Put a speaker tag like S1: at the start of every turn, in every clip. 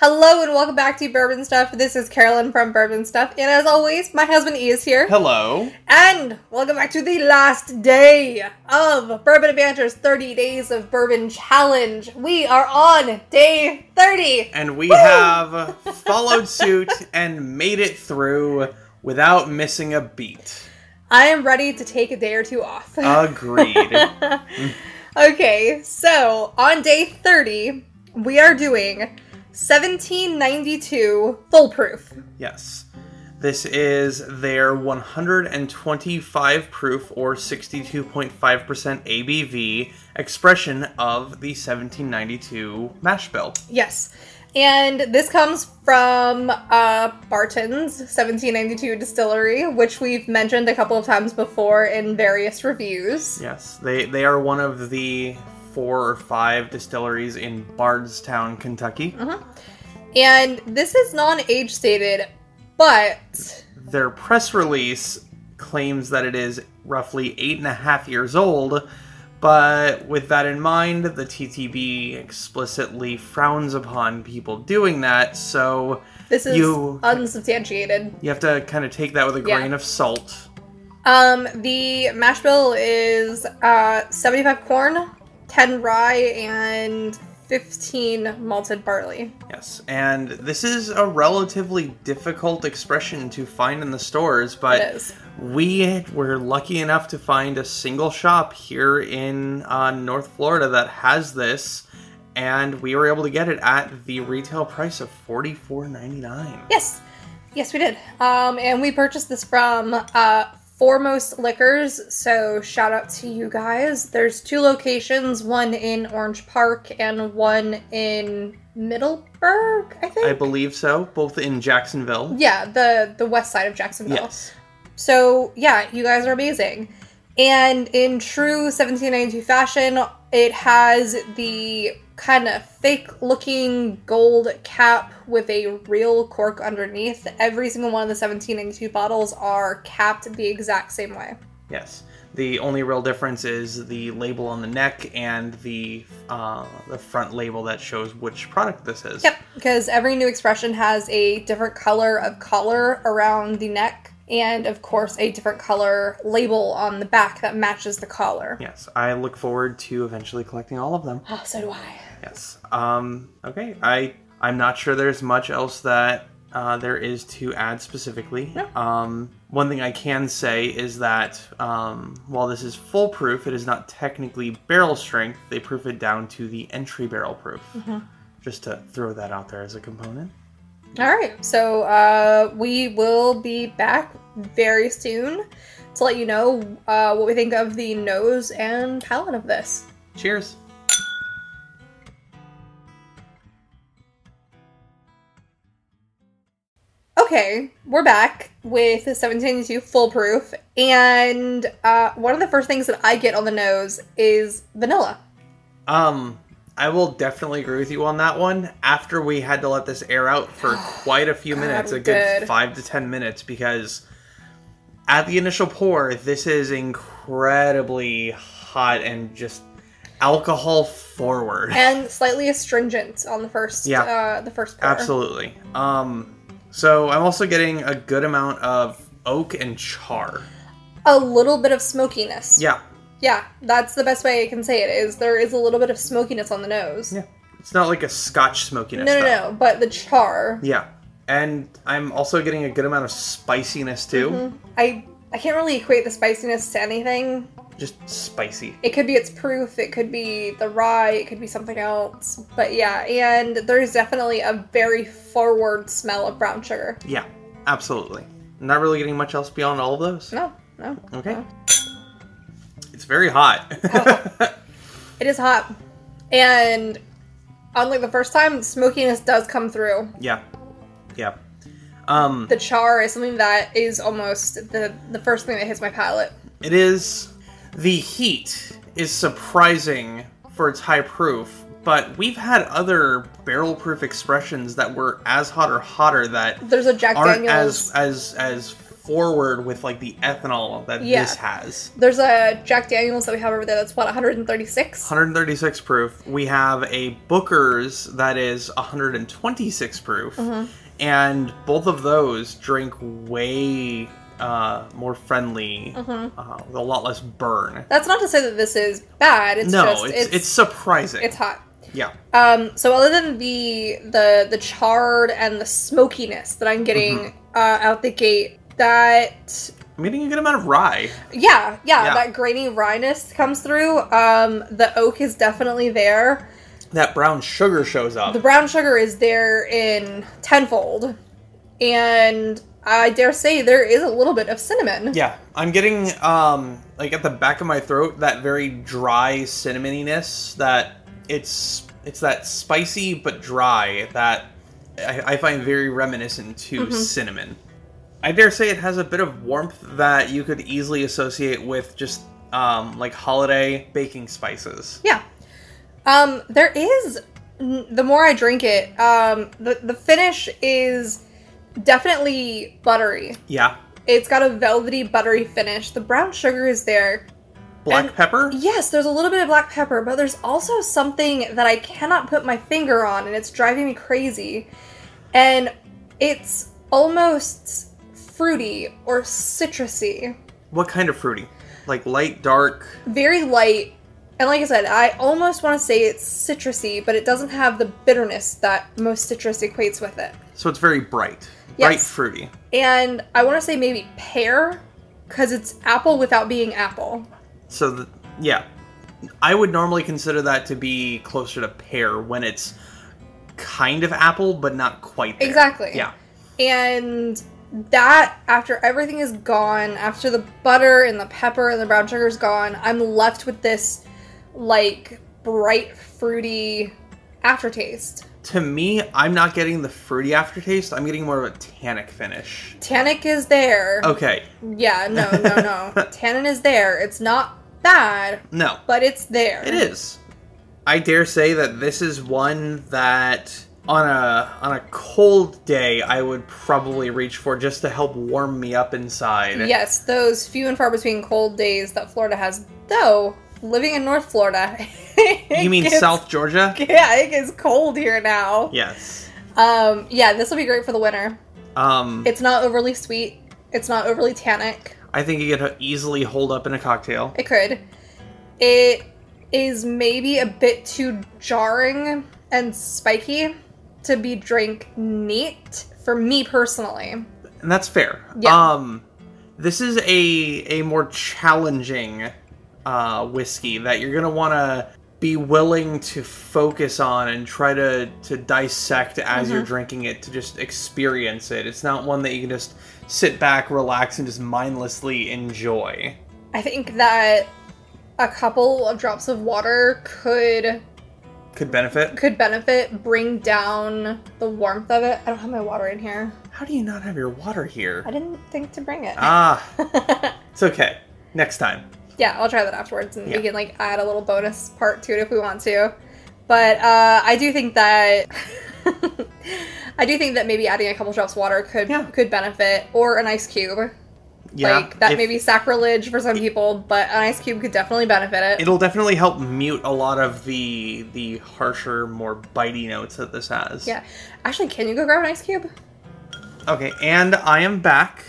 S1: Hello and welcome back to Bourbon Stuff. This is Carolyn from Bourbon Stuff, and as always, my husband E is here.
S2: Hello.
S1: And welcome back to the last day of Bourbon Adventures 30 Days of Bourbon Challenge. We are on day 30.
S2: And we have followed suit and made it through without missing a beat.
S1: I am ready to take a day or two off.
S2: Uh. Agreed.
S1: okay, so on day 30, we are doing 1792 foolproof.
S2: yes. This is their 125 proof or 62.5% ABV expression of the 1792 mash bill.
S1: Yes. And this comes from uh, Barton's 1792 distillery, which we've mentioned a couple of times before in various reviews.
S2: Yes, they they are one of the four or five distilleries in Bardstown, Kentucky.
S1: And this is non age stated, but
S2: Their press release claims that it is roughly eight and a half years old, but with that in mind, the TTB explicitly frowns upon people doing that, so
S1: this is
S2: You-
S1: unsubstantiated.
S2: you have to kind of take that with a
S1: Yeah.
S2: grain of salt.
S1: Um, the mash bill is uh, 75 corn, 10 rye, and 15 malted barley.
S2: Yes, and this is a relatively difficult expression to find in the stores, but
S1: It is.
S2: We were lucky enough to find a single shop here in uh, North Florida that has this, and we were able to get it at the retail price of forty four ninety nine.
S1: Yes, yes, we did. Um, and we purchased this from uh, Foremost Liquors. So shout out to you guys. There's two locations, one in Orange Park and one in Middleburg, I think.
S2: I believe so, both in Jacksonville.
S1: yeah, the the west side of Jacksonville.
S2: Yes,
S1: So yeah, you guys are amazing. And in true 1792 fashion, it has the kind of fake looking gold cap with a real cork underneath. Every single one of the 1792 bottles are capped the exact same way.
S2: yes. The only real difference is the label on the neck and the uh, the front label that shows which product this is.
S1: Yep, because every new expression has a different color of collar around the neck and of course a different color label on the back that matches the collar.
S2: Yes, I look forward to eventually collecting all of them.
S1: Oh, so do I.
S2: Yes. Um, okay. I I'm not sure there's much else that uh, there is to add specifically. Um, one thing I can say is that um, while this is full proof, it is not technically barrel strength. They proof it down to the entry barrel proof. Just to throw that out there as a component.
S1: All right. So uh, we will be back very soon to let you know uh, what we think of the nose and palate of this.
S2: Cheers.
S1: Okay, we're back with 1792 foolproof, and uh, one of the first things that I get on the nose is vanilla.
S2: Um, I will definitely agree with you on that one. After we had to let this air out for quite a few minutes,
S1: we
S2: a good
S1: did.
S2: five to ten minutes, because at the initial pour, this is incredibly hot and just alcohol forward.
S1: And slightly astringent on the first,
S2: Yeah.
S1: uh, the first pour.
S2: Absolutely. Um, so I'm also getting a good amount of oak and char.
S1: A little bit of smokiness.
S2: Yeah,
S1: Yeah, that's the best way I can say it. Is there is a little bit of smokiness on the nose.
S2: yeah. It's not like a Scotch smokiness.
S1: No, no,
S2: though.
S1: no. But the char.
S2: Yeah, and I'm also getting a good amount of spiciness too.
S1: Mm-hmm. I I can't really equate the spiciness to anything.
S2: Just spicy.
S1: It could be its proof, it could be the rye, it could be something else. But yeah, and there's definitely a very forward smell of brown sugar.
S2: Yeah, absolutely. Not really getting much else beyond all of those.
S1: No, no.
S2: Okay. It's very hot.
S1: Oh. It is hot. And unlike the first time, smokiness does come through.
S2: yeah. Yeah. Um
S1: The char is something that is almost the the first thing that hits my palate.
S2: it is the heat is surprising for its high proof, but we've had other barrel proof expressions that were as hot or hotter that
S1: There's a Jack
S2: aren't
S1: Daniels.
S2: as as as forward with like the ethanol that
S1: Yeah.
S2: this has.
S1: There's a Jack Daniels that we have over there that's what 136.
S2: 136 proof. We have a Booker's that is 126 proof,
S1: Mm-hmm.
S2: and both of those drink way uh, more friendly,
S1: Mm-hmm.
S2: uh, with a lot less burn.
S1: That's not to say that this is bad. It's
S2: no,
S1: just
S2: it's, it's surprising.
S1: it's hot.
S2: yeah,
S1: Um, so other than the the the charred and the smokiness that I'm getting uh, out the gate, that
S2: I'm getting a good amount of rye.
S1: yeah, yeah,
S2: Yeah.
S1: that grainy wryness comes through. Um, the oak is definitely there.
S2: That brown sugar shows up.
S1: The brown sugar is there in tenfold, and I dare say there is a little bit of cinnamon.
S2: Yeah, I'm getting um like at the back of my throat that very dry cinnamoniness that it's it's that spicy but dry that I, I find very reminiscent to
S1: Mm-hmm.
S2: cinnamon. I dare say it has a bit of warmth that you could easily associate with just um like holiday baking spices.
S1: Yeah. Um, there is n- the more I drink it, um, the the finish is definitely buttery.
S2: Yeah,
S1: It's got a velvety, buttery finish. The brown sugar is there.
S2: black
S1: And-
S2: pepper.
S1: Yes, there's a little bit of black pepper, but there's also something that I cannot put my finger on, and it's driving me crazy. And it's almost fruity or citrusy,
S2: What kind of fruity? Like light, dark.
S1: very light. And like I said, I almost want to say it's citrusy, but it doesn't have the bitterness that most citrus equates with it.
S2: So it's very bright,
S1: Yes.
S2: bright fruity.
S1: And I want to say maybe pear, because it's apple without being apple.
S2: So th yeah, I would normally consider that to be closer to pear when it's kind of apple but not quite. There.
S1: Exactly.
S2: Yeah.
S1: And that, after everything is gone, after the butter and the pepper and the brown sugar is gone, I'm left with this like bright, fruity aftertaste.
S2: To me, I'm not getting the fruity aftertaste. I'm getting more of a tannic finish.
S1: Tannic is there.
S2: Okay.
S1: Yeah, no, no, no. Tannin is there. It's not bad,
S2: No.
S1: but it's there.
S2: It is. I dare say that this is one that on a on a cold day I would probably reach for just to help warm me up inside.
S1: Yes, those few and far between cold days that Florida has, though, living in North Florida.
S2: You mean South Georgia?
S1: Yeah, it gets cold here now.
S2: Yes.
S1: Um, yeah, this will be great for the winter.
S2: Um,
S1: It's not overly sweet. It's not overly tannic.
S2: I think you could easily hold up in a cocktail.
S1: It could. It is maybe a bit too jarring and spiky to be drink neat for me personally.
S2: and that's fair.
S1: Yeah.
S2: Um, this is a a more challenging uh, whiskey that you're gonna want to be willing to focus on and try to to dissect as you're drinking it to just experience it. It's not one that you can just sit back, relax, and just mindlessly enjoy.
S1: I think that a couple of drops of water could
S2: Could benefit.
S1: could benefit bring down the warmth of it. I don't have my water in here.
S2: How do you not have your water here?
S1: I didn't think to bring it.
S2: Ah, it's okay. Next time.
S1: Yeah, I'll try that afterwards, and
S2: Yeah.
S1: we can like add a little bonus part to it if we want to. But uh, I do think that I do think that maybe adding a couple drops of water could
S2: Yeah.
S1: could benefit, or an ice cube.
S2: Yeah,
S1: like that
S2: if-
S1: may be sacrilege for some people, but an ice cube could definitely benefit it.
S2: It'll definitely help mute a lot of the the harsher, more bitey notes that this has.
S1: Yeah, actually, can you go grab an ice cube?
S2: Okay, and I am back,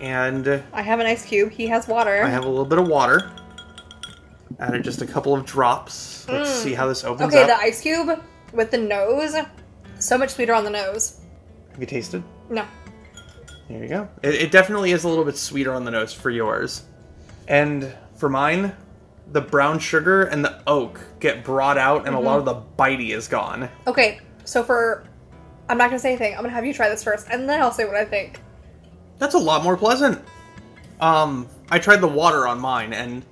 S2: and I
S1: I have an ice cube. He has water.
S2: have a little bit of water. Added just a couple of drops. Let's see how this opens
S1: Mm. okay, the
S2: up.
S1: ice cube with the nose, so much sweeter on the nose.
S2: Have you tasted?
S1: No,
S2: There you go. It, it definitely is a little bit sweeter on the nose for yours, and for mine, the brown sugar and the oak get brought out, and a
S1: Mm-hmm.
S2: lot of the bitey is gone.
S1: okay, so for I'm not gonna say anything. I'm gonna have you try this first, and then I'll say what I think.
S2: That's a lot more pleasant. Um, I tried the water on mine, and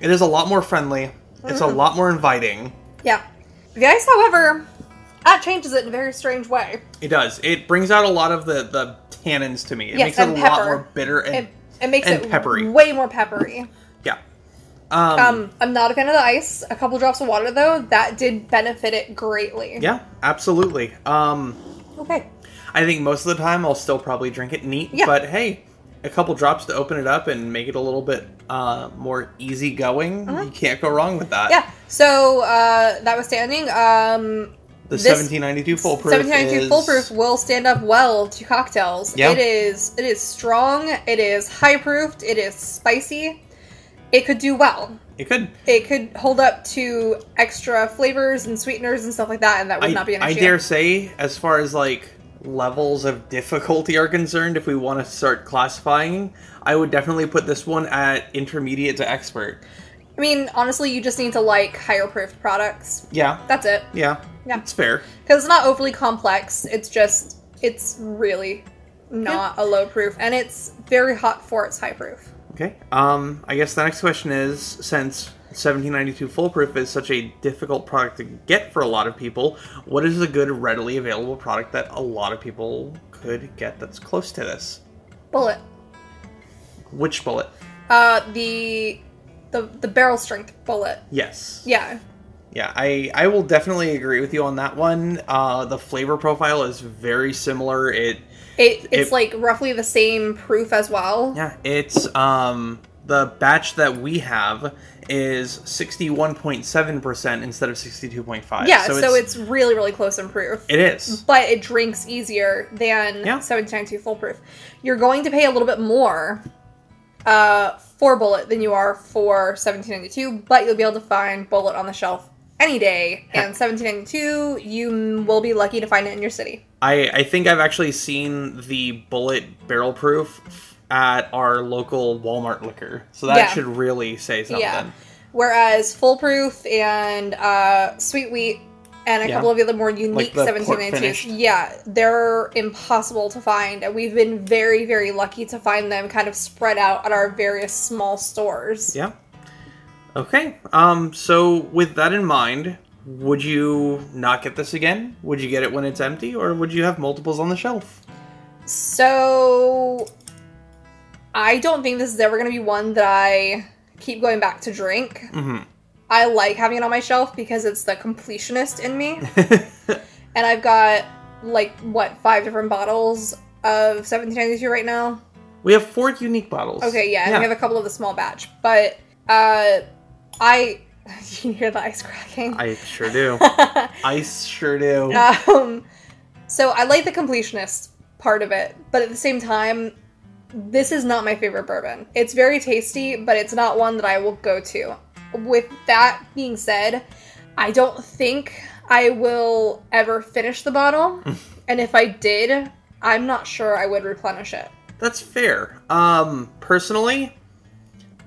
S2: it is a lot more friendly. It's a
S1: Mm-hmm.
S2: lot more inviting.
S1: Yeah. The ice, however, that changes it in a very strange way.
S2: It does. It brings out a lot of the the tannins to me. It
S1: Yes,
S2: makes it a
S1: and
S2: lot
S1: pepper.
S2: more bitter and,
S1: It, it makes
S2: and
S1: it
S2: peppery.
S1: way more peppery.
S2: yeah. Um,
S1: Um, I'm not a fan of the ice. A couple drops of water, though, that did benefit it greatly.
S2: yeah, absolutely. Um,
S1: Okay.
S2: I think most of the time I'll still probably drink it neat,
S1: Yeah.
S2: but hey, a couple drops to open it up and make it a little bit uh, more easygoing. You can't go wrong with that.
S1: Mm-hmm. Yeah. So uh, that was standing. Um,
S2: The
S1: This-
S2: 1792 foolproof.
S1: 1792
S2: is-
S1: foolproof will stand up well to cocktails.
S2: Yeah.
S1: It is it is strong. It is high proofed. It is spicy. It could do well.
S2: It could.
S1: It could hold up to extra flavors and sweeteners and stuff like that, and that would
S2: I,
S1: not be an
S2: I
S1: issue.
S2: dare say, as far as like levels of difficulty are concerned, if we want to start classifying, I would definitely put this one at intermediate to expert.
S1: I mean, honestly, you just need to like higher proofed products.
S2: Yeah,
S1: That's it.
S2: yeah,
S1: Yeah.
S2: It's fair.
S1: Because it's not overly complex. It's just it's really not a low proof, and it's very hot for its high proof.
S2: Okay. Um, I guess the next question is since 1792 foolproof is such a difficult product to get for a lot of people, what is a good readily available product that a lot of people could get that's close to this?
S1: Bullet.
S2: Which bullet?
S1: Uh, the the the barrel strength bullet.
S2: Yes.
S1: Yeah.
S2: Yeah, I, I will definitely agree with you on that one. Uh, the flavor profile is very similar. It
S1: It it's
S2: It-
S1: like roughly the same proof as well.
S2: yeah, it's um the batch that we have is sixty one point seven percent instead of sixty two point five.
S1: Yeah, so, Mm-hmm. it's, really really close in proof.
S2: it is.
S1: but it drinks easier than
S2: Yeah.
S1: 1792 foolproof. You're going to pay a little bit more uh, for bullet than you are for 1792, but you'll be able to find bullet on the shelf any day. And 1792, you m- will be lucky to find it in your city.
S2: I I think I've actually seen the bullet barrel proof at our local Walmart liquor. So that
S1: Yeah.
S2: should really say something.
S1: Yeah. Whereas foolproof and uh, sweet wheat and a
S2: Yeah.
S1: couple of the other more
S2: Like
S1: unique
S2: the port
S1: 1792s,
S2: finished.
S1: yeah, they're impossible to find, and we've been very very lucky to find them kind of spread out at our various small stores.
S2: Yeah. Okay. Um. So with that in mind, would you not get this again? Would you get it when it's empty, or would you have multiples on the shelf?
S1: So I don't think this is ever going to be one that I keep going back to drink.
S2: Mm-hmm.
S1: I like having it on my shelf because it's the completionist in me. and I've got like what, five different bottles of 1792 right now.
S2: we have four unique bottles.
S1: Okay, yeah, and we have a couple of the small batch, but uh I you hear the ice cracking.
S2: I sure do. I sure do.
S1: Um, so I like the completionist part of it, but at the same time, this is not my favorite bourbon. It's very tasty, but it's not one that I will go to. With that being said, I don't think I will ever finish the bottle, and if I did, I'm not sure I would replenish it.
S2: That's fair. Um, personally,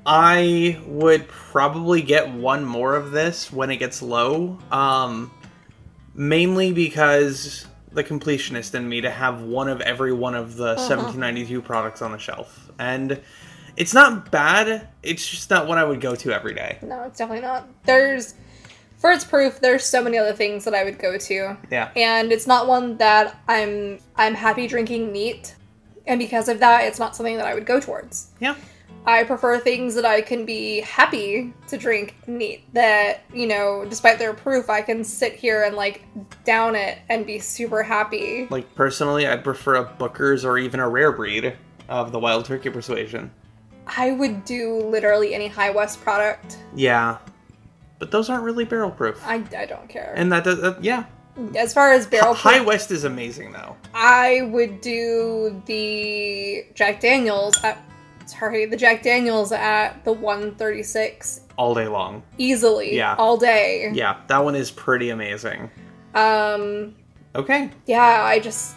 S2: I would probably get one more of this when it gets low. Um, mainly because the completionist in me to have one of every one of the 1792 products on the shelf, and it's not bad. It's just not what I would go to every day.
S1: No, it's definitely not. There's, for its proof, there's so many other things that I would go to.
S2: Yeah.
S1: and it's not one that I'm I'm happy drinking neat. And because of that, it's not something that I would go towards.
S2: Yeah.
S1: I prefer things that I can be happy to drink neat. That, you know, despite their proof, I can sit here and like down it and be super happy.
S2: Like personally, I'd prefer a Booker's or even a rare breed of the Wild Turkey Persuasion.
S1: I would do literally any High West product.
S2: Yeah, but those aren't really barrel proof.
S1: I, I don't care.
S2: And that does, that, yeah.
S1: as far as barrel proof,
S2: High West is amazing though.
S1: I would do the Jack Daniels at sorry, the Jack Daniels at the 136
S2: All day long.
S1: easily
S2: Yeah.
S1: all day.
S2: Yeah, that one is pretty amazing.
S1: Um
S2: Okay.
S1: yeah, I just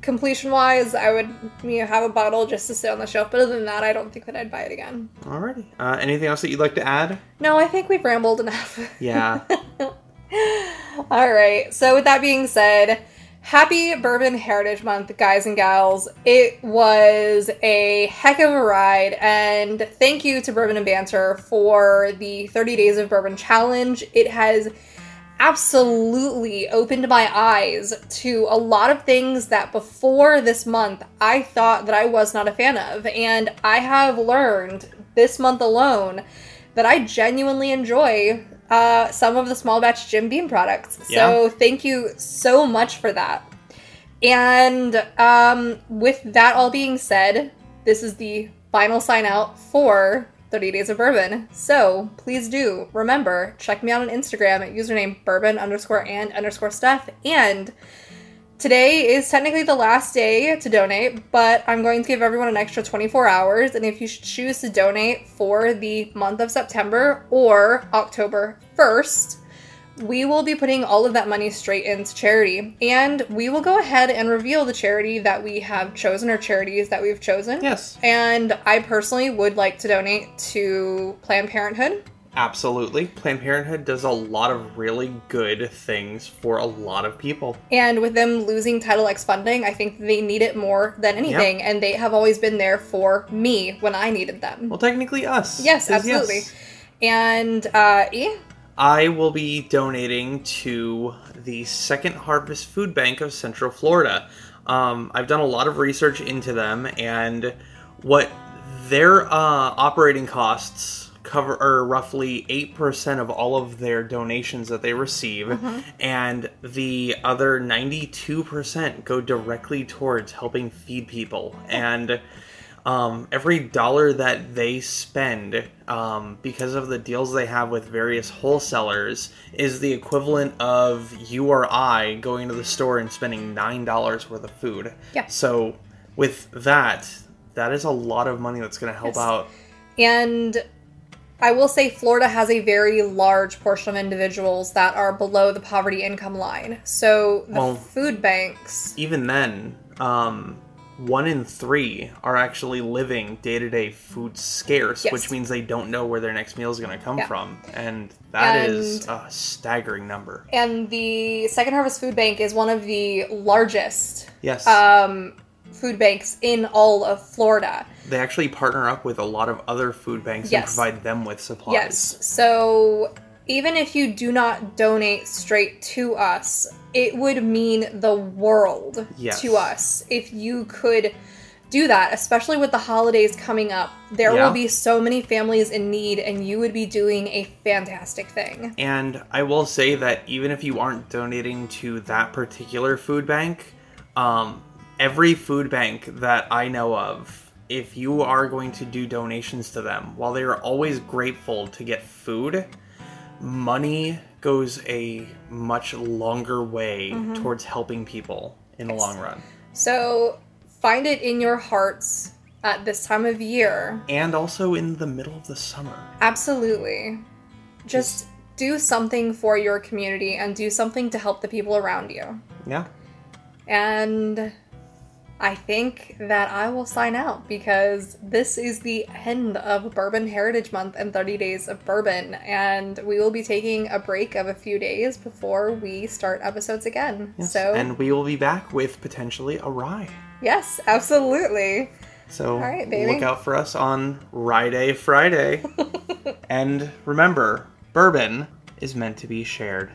S1: completion wise, I would you know have a bottle just to sit on the shelf, but other than that, I don't think that I'd buy it again.
S2: Alrighty. Uh, anything else that you'd like to add?
S1: No, I think we've rambled enough.
S2: Yeah.
S1: all right. So with that being said, happy Bourbon Heritage Month, guys and gals. It was a heck of a ride, and thank you to Bourbon and Banter for the 30 Days of Bourbon Challenge. It has absolutely opened my eyes to a lot of things that before this month I thought that I was not a fan of. And I have learned this month alone that I genuinely enjoy uh, some of the small batch Jim Beam products. So
S2: Yeah.
S1: thank you so much for that. And um, with that all being said, this is the final sign out for 30 Days of Bourbon. So please do remember, check me out on Instagram at username bourbon underscore and underscore stuff. And today is technically the last day to donate, but I'm going to give everyone an extra 24 hours. And if you should choose to donate for the month of September or October 1st, we will be putting all of that money straight into charity. And we will go ahead and reveal the charity that we have chosen or charities that we've chosen.
S2: Yes.
S1: And I personally would like to donate to Planned Parenthood.
S2: Absolutely. Planned Parenthood does a lot of really good things for a lot of people.
S1: And with them losing Title X funding, I think they need it more than anything. And they have always been there for me when I needed them.
S2: Well, technically, us.
S1: yes,
S2: 'cause
S1: absolutely. And uh, E,
S2: I will be donating to the Second Harvest Food Bank of Central Florida. Um, I've done a lot of research into them and what their uh, operating costs cover are roughly 8% of all of their donations that they receive and the other 92% go directly towards helping feed people and um, every dollar that they spend um, because of the deals they have with various wholesalers is the equivalent of you or I going to the store and spending nine dollars worth of food.
S1: Yeah.
S2: So with that, that is a lot of money that's going to help
S1: Yes.
S2: out.
S1: And I will say Florida has a very large portion of individuals that are below the poverty income line. So the
S2: Well-
S1: food banks.
S2: Even then, um, one in three are actually living day to day food scarce,
S1: Yes.
S2: which means they don't know where their next meal is going to come
S1: Yeah.
S2: from, and that is
S1: And-
S2: a staggering number.
S1: And the Second Harvest Food Bank is one of the largest
S2: Yes.
S1: um, food banks in all of Florida.
S2: They actually partner up with a lot of other food banks and
S1: Yes.
S2: provide them with supplies.
S1: Yes. So even if you do not donate straight to us, it would mean the world
S2: Yes.
S1: to us if you could do that, especially with the holidays coming up. There
S2: Yeah.
S1: will be so many families in need, and you would be doing a fantastic thing.
S2: And I will say that even if you aren't donating to that particular food bank, um, every food bank that I know of, if you are going to do donations to them, while they are always grateful to get food, money goes a much longer way
S1: Mm-hmm.
S2: towards helping people in the long run.
S1: So find it in your hearts at this time of year
S2: And also in the middle of the summer.
S1: Absolutely. Just do something for your community and do something to help the people around you.
S2: Yeah.
S1: And I think that I will sign out because this is the end of Bourbon Heritage Month and 30 Days of Bourbon. And we will be taking a break of a few days before we start episodes again.
S2: Yes,
S1: So,
S2: and we will be back with potentially a rye.
S1: yes, absolutely.
S2: So
S1: right, baby.
S2: look out for us on Rye Day Friday. and remember, bourbon is meant to be shared.